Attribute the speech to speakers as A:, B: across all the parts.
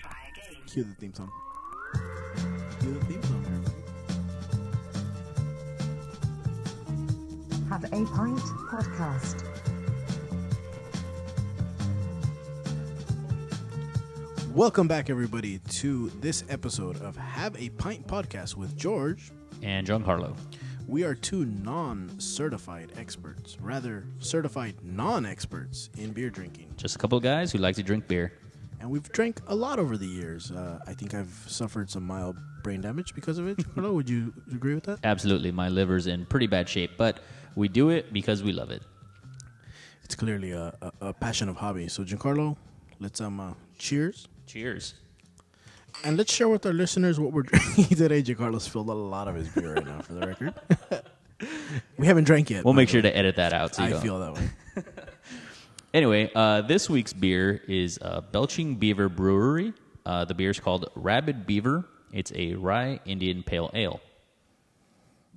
A: Try again.
B: Cue the theme song. Cue the theme song. everybody.
C: Have a pint podcast.
B: Welcome back, everybody, to this episode of Have a Pint Podcast with George.
D: and Giancarlo.
B: We are two non certified experts, rather, certified non experts in beer drinking.
D: Just a couple of guys who like to drink beer.
B: And we've drank a lot over the years. Uh, I think I've suffered some mild brain damage because of it. Hello, would you agree with that?
D: Absolutely, my liver's in pretty bad shape, but we do it because we love it.
B: It's clearly a, a, a passion of hobby. So, Giancarlo, let's um, uh, cheers.
D: Cheers.
B: And let's share with our listeners what we're drinking today. Giancarlo's filled a lot of his beer right now, for the record. we haven't drank yet.
D: We'll
B: by
D: make
B: the
D: sure
B: way.
D: to edit that out. So you
B: I
D: don't-
B: feel that way.
D: Anyway, uh, this week's beer is uh, Belching Beaver Brewery. Uh, the beer is called Rabid Beaver. It's a rye Indian pale ale.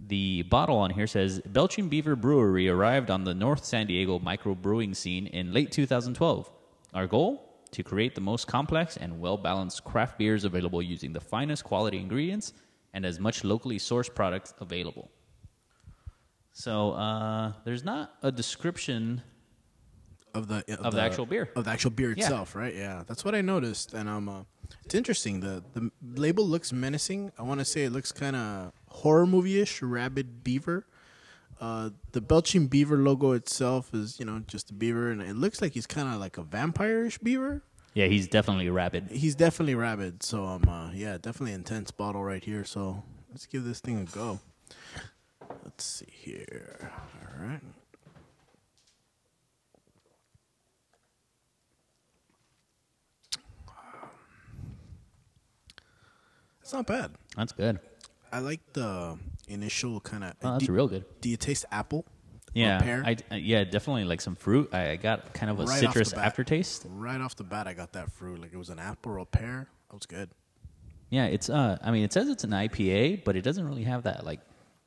D: The bottle on here says Belching Beaver Brewery arrived on the North San Diego microbrewing scene in late 2012. Our goal? To create the most complex and well balanced craft beers available using the finest quality ingredients and as much locally sourced products available. So uh, there's not a description
B: Of the
D: Of the actual beer.
B: of the actual beer
D: Yeah.
B: itself, right? Yeah, that's what I noticed, and um, uh, it's interesting. the The label looks menacing. I want to say it looks kind of horror movie ish. Rabid beaver. Uh, the belching beaver logo itself is, you know, just a beaver, and it looks like he's kind of like a vampire-ish beaver.
D: Yeah, he's definitely rabid.
B: He's definitely rabid. So um, uh, yeah, definitely intense bottle right here. So let's give this thing a go. Let's see here. All right. Um, It's not bad.
D: That's good.
B: I like the initial kind of.
D: Oh, that's
B: do,
D: real good.
B: Do you taste apple? Or
D: Yeah,
B: pear?
D: I, I- yeah, definitely like some fruit. I, I got kind of a
B: Right off the
D: citrus
B: bat.
D: aftertaste.
B: right off the bat, I got that fruit. Like it was an apple or a pear. That was good.
D: Yeah, it's uh, I mean, it says it's an IPA, but it doesn't really have that like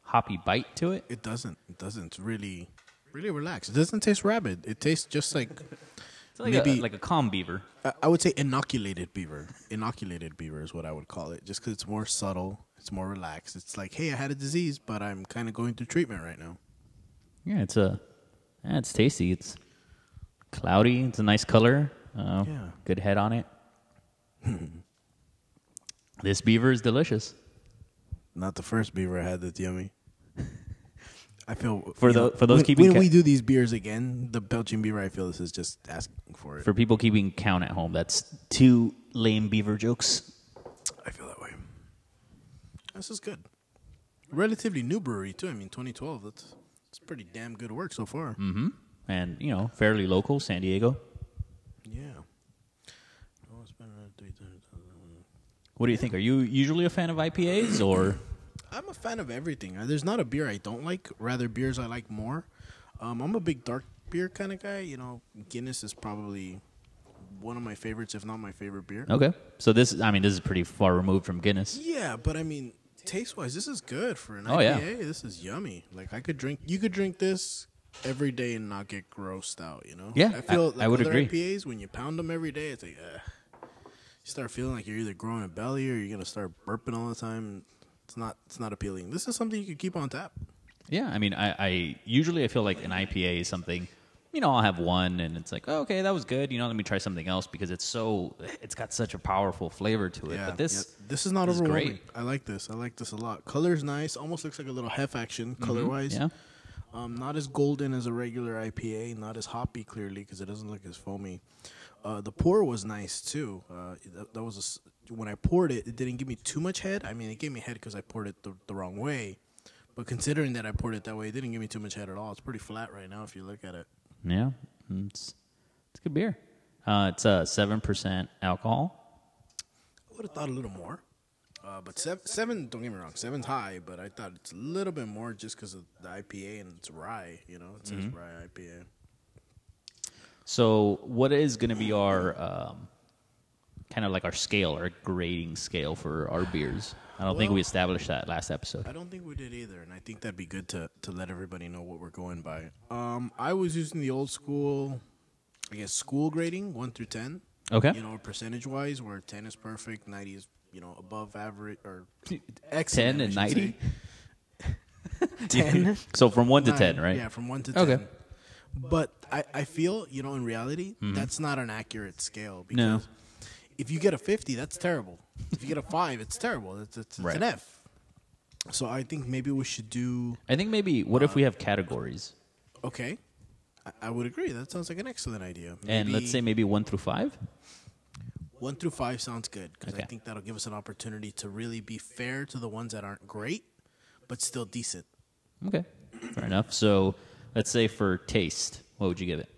D: hoppy bite to it.
B: It doesn't. It doesn't. It's really, really relaxed. It doesn't taste rabid. It tastes just like,
D: It's like
B: Maybe-
D: a, like a calm beaver.
B: I- I would say, inoculated beaver. Inoculated beaver is what I would call it, just because it's more subtle. It's more relaxed. It's like, hey, I had a disease, but I'm kind of going through treatment right now.
D: Yeah, it's a, yeah, it's tasty. It's cloudy. It's a nice color. Uh,
B: Yeah.
D: good head on it. this beaver is delicious.
B: Not the first beaver I had that's yummy. I feel
D: For
B: you
D: tho- for those
B: when,
D: keeping
B: when
D: ca-
B: we do these beers again, the Belgian beaver. I feel this is just asking for it.
D: For people keeping count at home, that's two lame beaver jokes.
B: I feel that way. This is good. Relatively new brewery too. I mean, 2012. That's it's pretty damn good work so far.
D: And you know, fairly local, San Diego.
B: Yeah. Oh, it's been around three times.
D: What do you think? Are you usually a fan of IPAs or?
B: I'm a fan of everything. Uh, There's not a beer I don't like. Rather, beers I like more. Um, I'm a big dark beer kind of guy. You know, Guinness is probably one of my favorites, if not my favorite beer.
D: Okay. So this, I mean, this is pretty far removed from Guinness.
B: Yeah, but I mean, taste wise, this is good for an IPA.
D: Oh, yeah.
B: This is yummy. Like I could drink. You could drink this every day and not get grossed out. You know.
D: Yeah,
B: I feel
D: I-
B: like
D: I would
B: other
D: agree.
B: IPAs when you pound them every day, it's like ugh. you start feeling like you're either growing a belly or you're gonna start burping all the time. It's not. It's not appealing. This is something you could keep on tap.
D: Yeah. I mean, I, I usually I feel like an IPA is something, you know, I'll have one and it's like, oh, okay, that was good. You know, let me try something else because it's so, it's got such a powerful flavor to it.
B: Yeah,
D: but this,
B: yeah. this is not
D: this is
B: overwhelming.
D: great.
B: I like this. I like this a lot. Color's nice. Almost looks like a little hef action color wise.
D: Mm-hmm. yeah.
B: Um, not as golden as a regular IPA. Not as hoppy clearly because it doesn't look as foamy. Uh, the pour was nice too. Uh, that, that was a s when I poured it. It didn't give me too much head. I mean, it gave me head because I poured it the, the wrong way. But considering that I poured it that way, it didn't give me too much head at all. It's pretty flat right now if you look at it.
D: Yeah. Mm, It's, it's good beer. Uh, it's uh, 7% alcohol.
B: I would have thought a little more. Uh, but seven, seven, don't get me wrong, seven's high, but I thought it's a little bit more just because of the IPA and it's rye, you know, it says rye IPA.
D: So what is going to be our, um, kind of like our scale, our grading scale for our beers? I don't think
B: Well-
D: we established that last episode.
B: I don't think we did either, and I think that'd be good to, to let everybody know what we're going by. Um, I was using the old school, I guess, school grading, 1 through 10.
D: Okay.
B: You know, percentage wise, where ten is perfect, ninety is you know above average or
D: ten
B: excellent.
D: and
B: I should
D: ninety.
B: say. ten.
D: so from one to
B: Nine.
D: ten, right?
B: Yeah, from one to ten.
D: Okay.
B: But I, I feel, you know, in reality, that's not an accurate scale
D: Mm-hmm. No.
B: because if you get a 50, that's terrible. If you get a 5, it's terrible. It's, it's, it's
D: Right.
B: an F. So I think maybe we should do
D: I think maybe what if we
B: Uh,
D: have categories
B: okay. I, I would agree. That sounds like an excellent idea.
D: and let's say
B: Maybe
D: maybe one through five.
B: 1 through 5 sounds good because
D: Okay.
B: I think that'll give us an opportunity to really be fair to the ones that aren't great but still decent.
D: Okay, fair enough. So let's say for taste, what would you give it?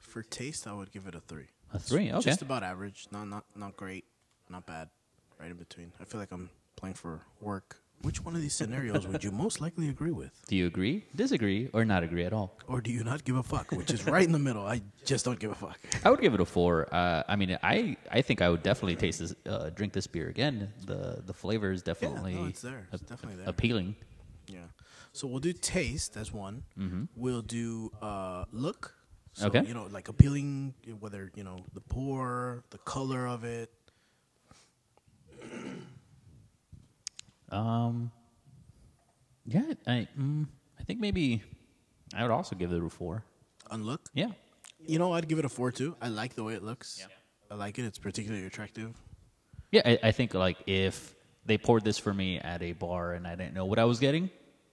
B: For taste, I would give it a three.
D: A three,
B: It's
D: okay.
B: Just about average. Not not not great. Not bad. Right in between. I feel like I'm playing for work. Which one of these scenarios would you most likely agree with,
D: Do you agree, disagree, or not agree at all?
B: or do you not give a fuck? Which is right in the middle. I just don't give a fuck.
D: I would give it a four. Uh, I mean, I, I think I would definitely taste this, uh, drink this beer again. The the flavor is definitely
B: it's uh, there. It's definitely there.
D: appealing.
B: Yeah. So we'll do taste as one. We'll do uh, look. So,
D: Mm-hmm. Okay.
B: You know, like appealing, whether you know the pour, the color of it.
D: Um, yeah, I mm, I think maybe I would also give it a four.
B: On look.
D: Yeah,
B: You know, I'd give it a four too. I like the way it looks. I like it. It's particularly attractive.
D: yeah. I, I think like if they poured this for me at a bar and I didn't know what I was getting,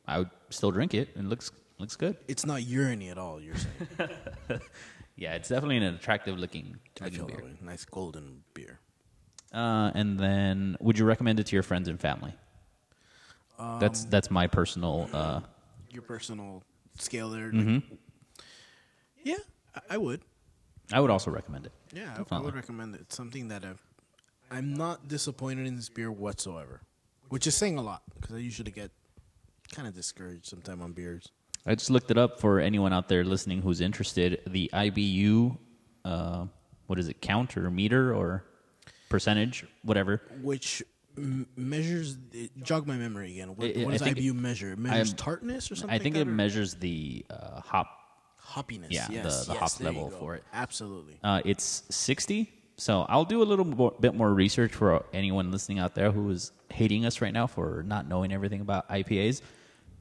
D: I would still drink it. It looks looks good.
B: It's not uriny at all. You're saying
D: Yeah, it's definitely an attractive looking,
B: I
D: looking
B: feel that
D: beer.
B: way. Nice golden beer.
D: Uh, and then, would you recommend it to your friends and family? that's
B: Um,
D: that's my personal. Uh,
B: Your personal scale there. like-
D: Mm-hmm.
B: yeah, I, I would.
D: I would also recommend it.
B: Yeah, I- I
D: Definitely.
B: would recommend it. It's something that I've, I'm not disappointed in this beer whatsoever, which is saying a lot because I usually get kind of discouraged sometime on beers.
D: I just looked it up for anyone out there listening who's interested. The IBU, uh, what is it, count or meter or percentage, whatever.
B: Which m- measures? It, jog my memory again. What,
D: I- I-
B: what
D: I
B: does
D: think-
B: IBU measure? It measures
D: I'm-
B: tartness or something.
D: I think
B: like
D: it
B: that, or-
D: measures the uh, hop.
B: hoppiness.
D: yeah, the-
B: yes,
D: the
B: yes,
D: hop
B: there you
D: level
B: go.
D: for it.
B: Absolutely.
D: Uh, it's 60. So I'll do a little more, bit more research for anyone listening out there who is hating us right now for not knowing everything about IPAs.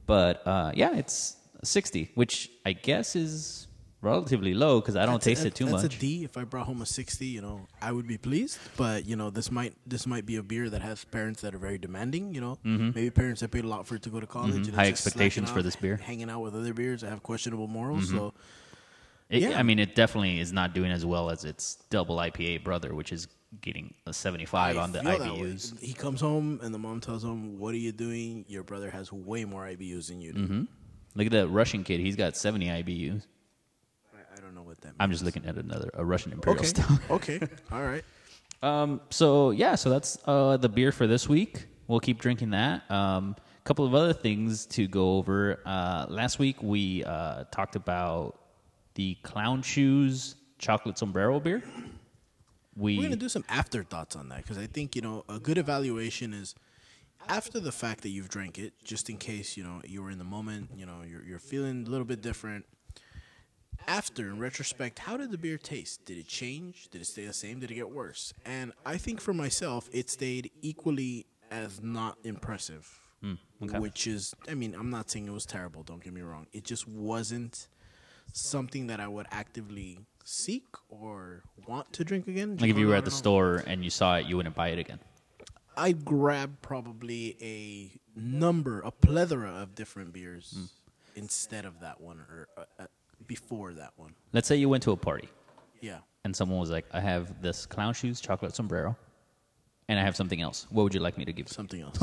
D: But uh, yeah, it's 60, which I guess is relatively low because I don't
B: That's a-
D: taste it too
B: that's
D: much.
B: a D. If I brought home a sixty, you know, I would be pleased. But you know, this might this might be a beer that has parents that are very demanding. You know, maybe parents that paid a lot for it to go to college. and it's
D: Mm-hmm. High
B: just slacking
D: expectations
B: out,
D: for this beer. Mm-hmm.
B: Hanging out with other beers that have questionable morals. So
D: It-
B: Yeah.
D: I mean, it definitely is not doing as well as its double IPA brother, which is getting a 75
B: I
D: on the
B: feel that way.
D: IBUs.
B: He comes home and the mom tells him, "What are you doing? Your brother has way more IBUs than you do."
D: Mm-hmm. Look at that Russian kid; he's got 70 IBUs.
B: I, I don't know what that means.
D: I'm just looking at another a Russian imperial
B: okay.
D: style.
B: okay. All right.
D: Um, so yeah, so that's uh, the beer for this week. We'll keep drinking that. A um, couple of other things to go over. Uh, last week we uh, talked about the clown shoes chocolate sombrero beer. We
B: We're gonna do some afterthoughts on that because I think you know a good evaluation is after the fact that you've drank it, just in case you know you were in the moment, you know you're you're feeling a little bit different. After, in retrospect, how did the beer taste? Did it change? Did it stay the same? Did it get worse? And I think for myself, it stayed equally as not impressive.
D: Hmm,
B: Which is, I mean, I'm not saying it was terrible. Don't get me wrong. It just wasn't something that I would actively seek or want to drink again.
D: like if you were at the
B: store.
D: store and you saw it, you wouldn't buy it again.
B: I'd grab probably a number, a plethora of different beers
D: Mm.
B: instead of that one or uh, uh, before that one.
D: Let's say you went to a party
B: Yeah.
D: and someone was like, "I have this clown shoes chocolate sombrero, and I have something else. What would you like me to give?" you?"
B: Something else.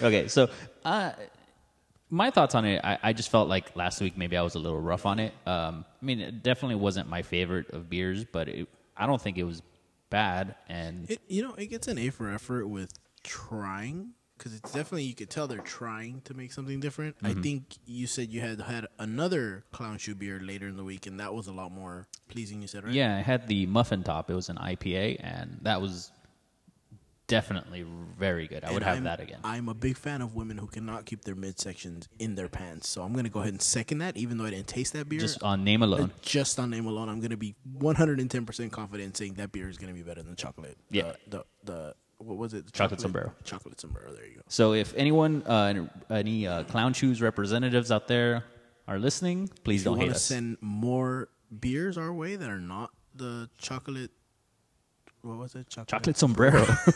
D: Okay, so uh, my thoughts on it, I, I just felt like last week maybe I was a little rough on it. Um, I mean, it definitely wasn't my favorite of beers, but it, I don't think it was bad. And
B: It, you know, it gets an A for effort with trying because it's definitely, you could tell they're trying to make something different. I
D: Mm-hmm.
B: think you said you had had another clown shoe beer later in the week and that was a lot more pleasing, you said, right?
D: yeah, I had the muffin top. It was an IPA, and that was definitely very good. I would
B: And
D: have
B: I'm-
D: that again.
B: I'm a big fan of women who cannot keep their midsections in their pants. So I'm going to go ahead and second that, even though I didn't taste that beer.
D: Just on name
B: Uh,
D: alone.
B: just on name alone, I'm going to be 110% confident in saying that beer is going to be better than chocolate. Uh,
D: Yeah.
B: The, the, the what was it? The
D: Chocolate sombrero.
B: Chocolate sombrero. There you go.
D: So if anyone, uh, any- any uh, Clown Shoes representatives out there are listening, please
B: If you
D: don't hate
B: want to
D: us.
B: send more beers our way that are not the chocolate. What was it?
D: Chocolate sombrero.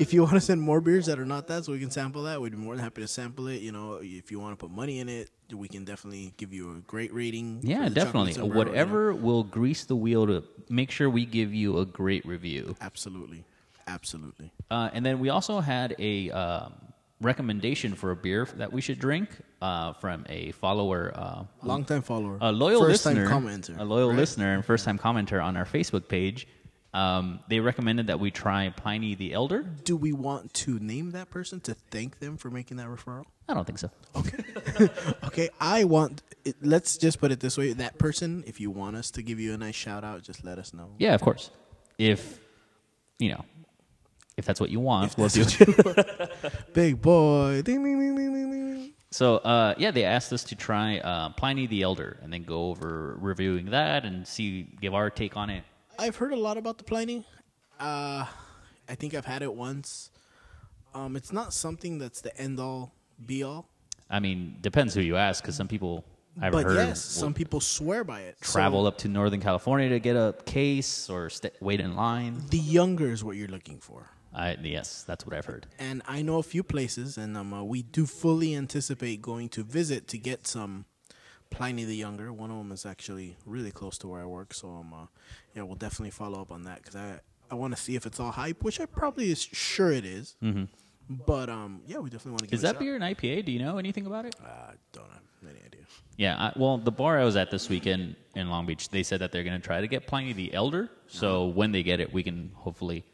B: if you want to send more beers that are not that, so we can sample that, we'd be more than happy to sample it. You know, if you want to put money in it, we can definitely give you a great rating. for
D: yeah,
B: the Chocolate
D: definitely.
B: Sombrero, you know.
D: Whatever will grease the wheel to make sure we give you a great review.
B: Absolutely, absolutely.
D: Uh, and then we also had a um, recommendation for a beer that we should drink uh, from a follower, uh,
B: Long time follower,
D: a loyal
B: first
D: listener,
B: time commenter,
D: a loyal
B: right?
D: listener and first time commenter on our Facebook page. Um, they recommended that we try Pliny the Elder.
B: Do we want to name that person to thank them for making that referral?
D: I don't think so.
B: Okay, I want. It, let's just put it this way: that person, if you want us to give you a nice shout out, just let us know.
D: Yeah, of course. If you know, if that's what you want, we'll
B: that's
D: do.
B: what you- Big boy. Ding, ding, ding, ding, ding, ding, ding.
D: So uh, yeah, they asked us to try uh, Pliny the Elder and then go over reviewing that and see give our take on it.
B: I've heard a lot about the Pliny. Uh, I think I've had it once. Um, it's not something that's the end all be all.
D: I mean, depends who you ask because some people I've
B: But
D: heard
B: yes,
D: will
B: some people swear by it. So
D: travel up to Northern California to get a case or st- wait in line.
B: the younger is what you're looking for.
D: I, yes, that's what I've heard.
B: and I know a few places, and um, uh, we do fully anticipate going to visit to get some Pliny the Younger. One of them is actually really close to where I work, so um, uh, yeah, we'll definitely follow up on that because I I want to see if it's all hype, which I probably is sure it Mm-hmm. But um, yeah, we definitely want to. give it
D: Is
B: a
D: that
B: shot.
D: beer an IPA? Do you know anything about it?
B: I don't have any idea.
D: Yeah. I, well, the bar I was at this weekend in Long Beach, they said that they're going to try to get Pliny the Elder. So
B: Uh-huh.
D: when they get it, we can hopefully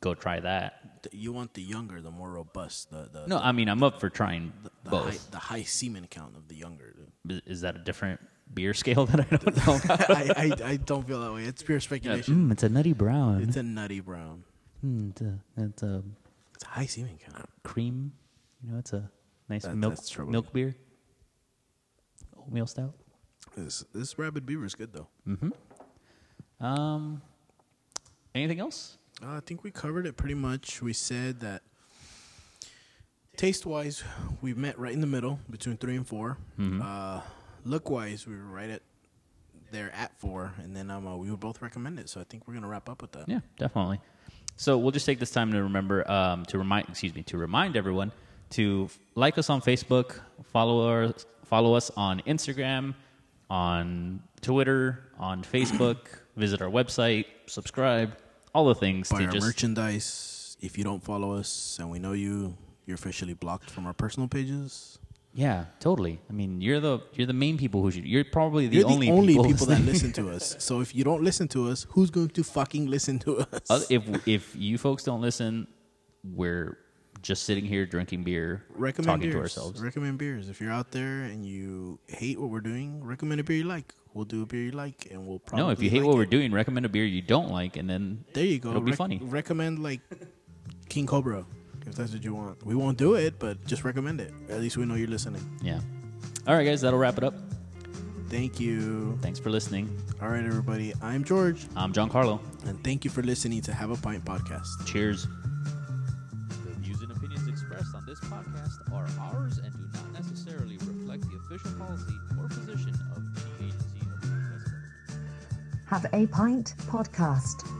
D: go try that.
B: Th- You want the younger, the more robust, the the
D: No, I mean I'm up for trying
B: the
D: both.
B: high, the high semen count of the younger.
D: Is- Is that a different beer scale that I don't know? about?
B: I, I I don't feel that way. It's pure speculation.
D: Mm, it's a nutty brown.
B: It's a nutty brown.
D: Mm, it's a, it's a
B: It's a high semen count.
D: cream. You know, it's a nice
B: That-
D: milk
B: that's troubling.
D: milk beer. Oatmeal stout.
B: This this rabid beaver is good though.
D: Um, anything else?
B: Uh, I think we covered it pretty much. We said that taste wise, we met right in the middle between three and 4
D: Mm-hmm.
B: Uh, look wise, we were right at there at four, and then um, uh, we would both recommend it. So I think we're gonna wrap up with that.
D: Yeah, definitely. So we'll just take this time to remember um, to remind excuse me to remind everyone to f- like us on Facebook, follow us follow us on Instagram, on Twitter, on Facebook. visit our website, subscribe, all the things
B: Buy
D: to
B: our
D: just
B: merchandise. If you don't follow us, and we know you, you're officially blocked from our personal pages.
D: yeah, totally. I mean, you're the you're the main people who should. You're probably the
B: You're
D: only,
B: the only
D: people,
B: people, that listen
D: listening.
B: to us. So if you don't listen to us, who's going to fucking listen to us?
D: Oth- if if you folks don't listen, we're just sitting here drinking beer,
B: recommend
D: talking
B: beers.
D: to ourselves.
B: Recommend beers. If you're out there and you hate what we're doing, recommend a beer you like. We'll do a beer you like, and we'll probably
D: No, if you hate what we're doing, recommend a beer you don't like, and then
B: there you go.
D: it'll be funny.
B: Recommend like King Cobra if that's what you want. We won't do it, but just recommend it. At least we know you're listening.
D: yeah. All right, guys, that'll wrap it up.
B: Thank you.
D: Thanks for listening.
B: All right, everybody. I'm George,
D: I'm John Carlo.
B: and thank you for listening to Have a Pint podcast.
D: Cheers. The views and opinions expressed on this podcast are ours and do not necessarily reflect the official policy or position of any agency of the U.S. government.
C: Have a Pint Podcast.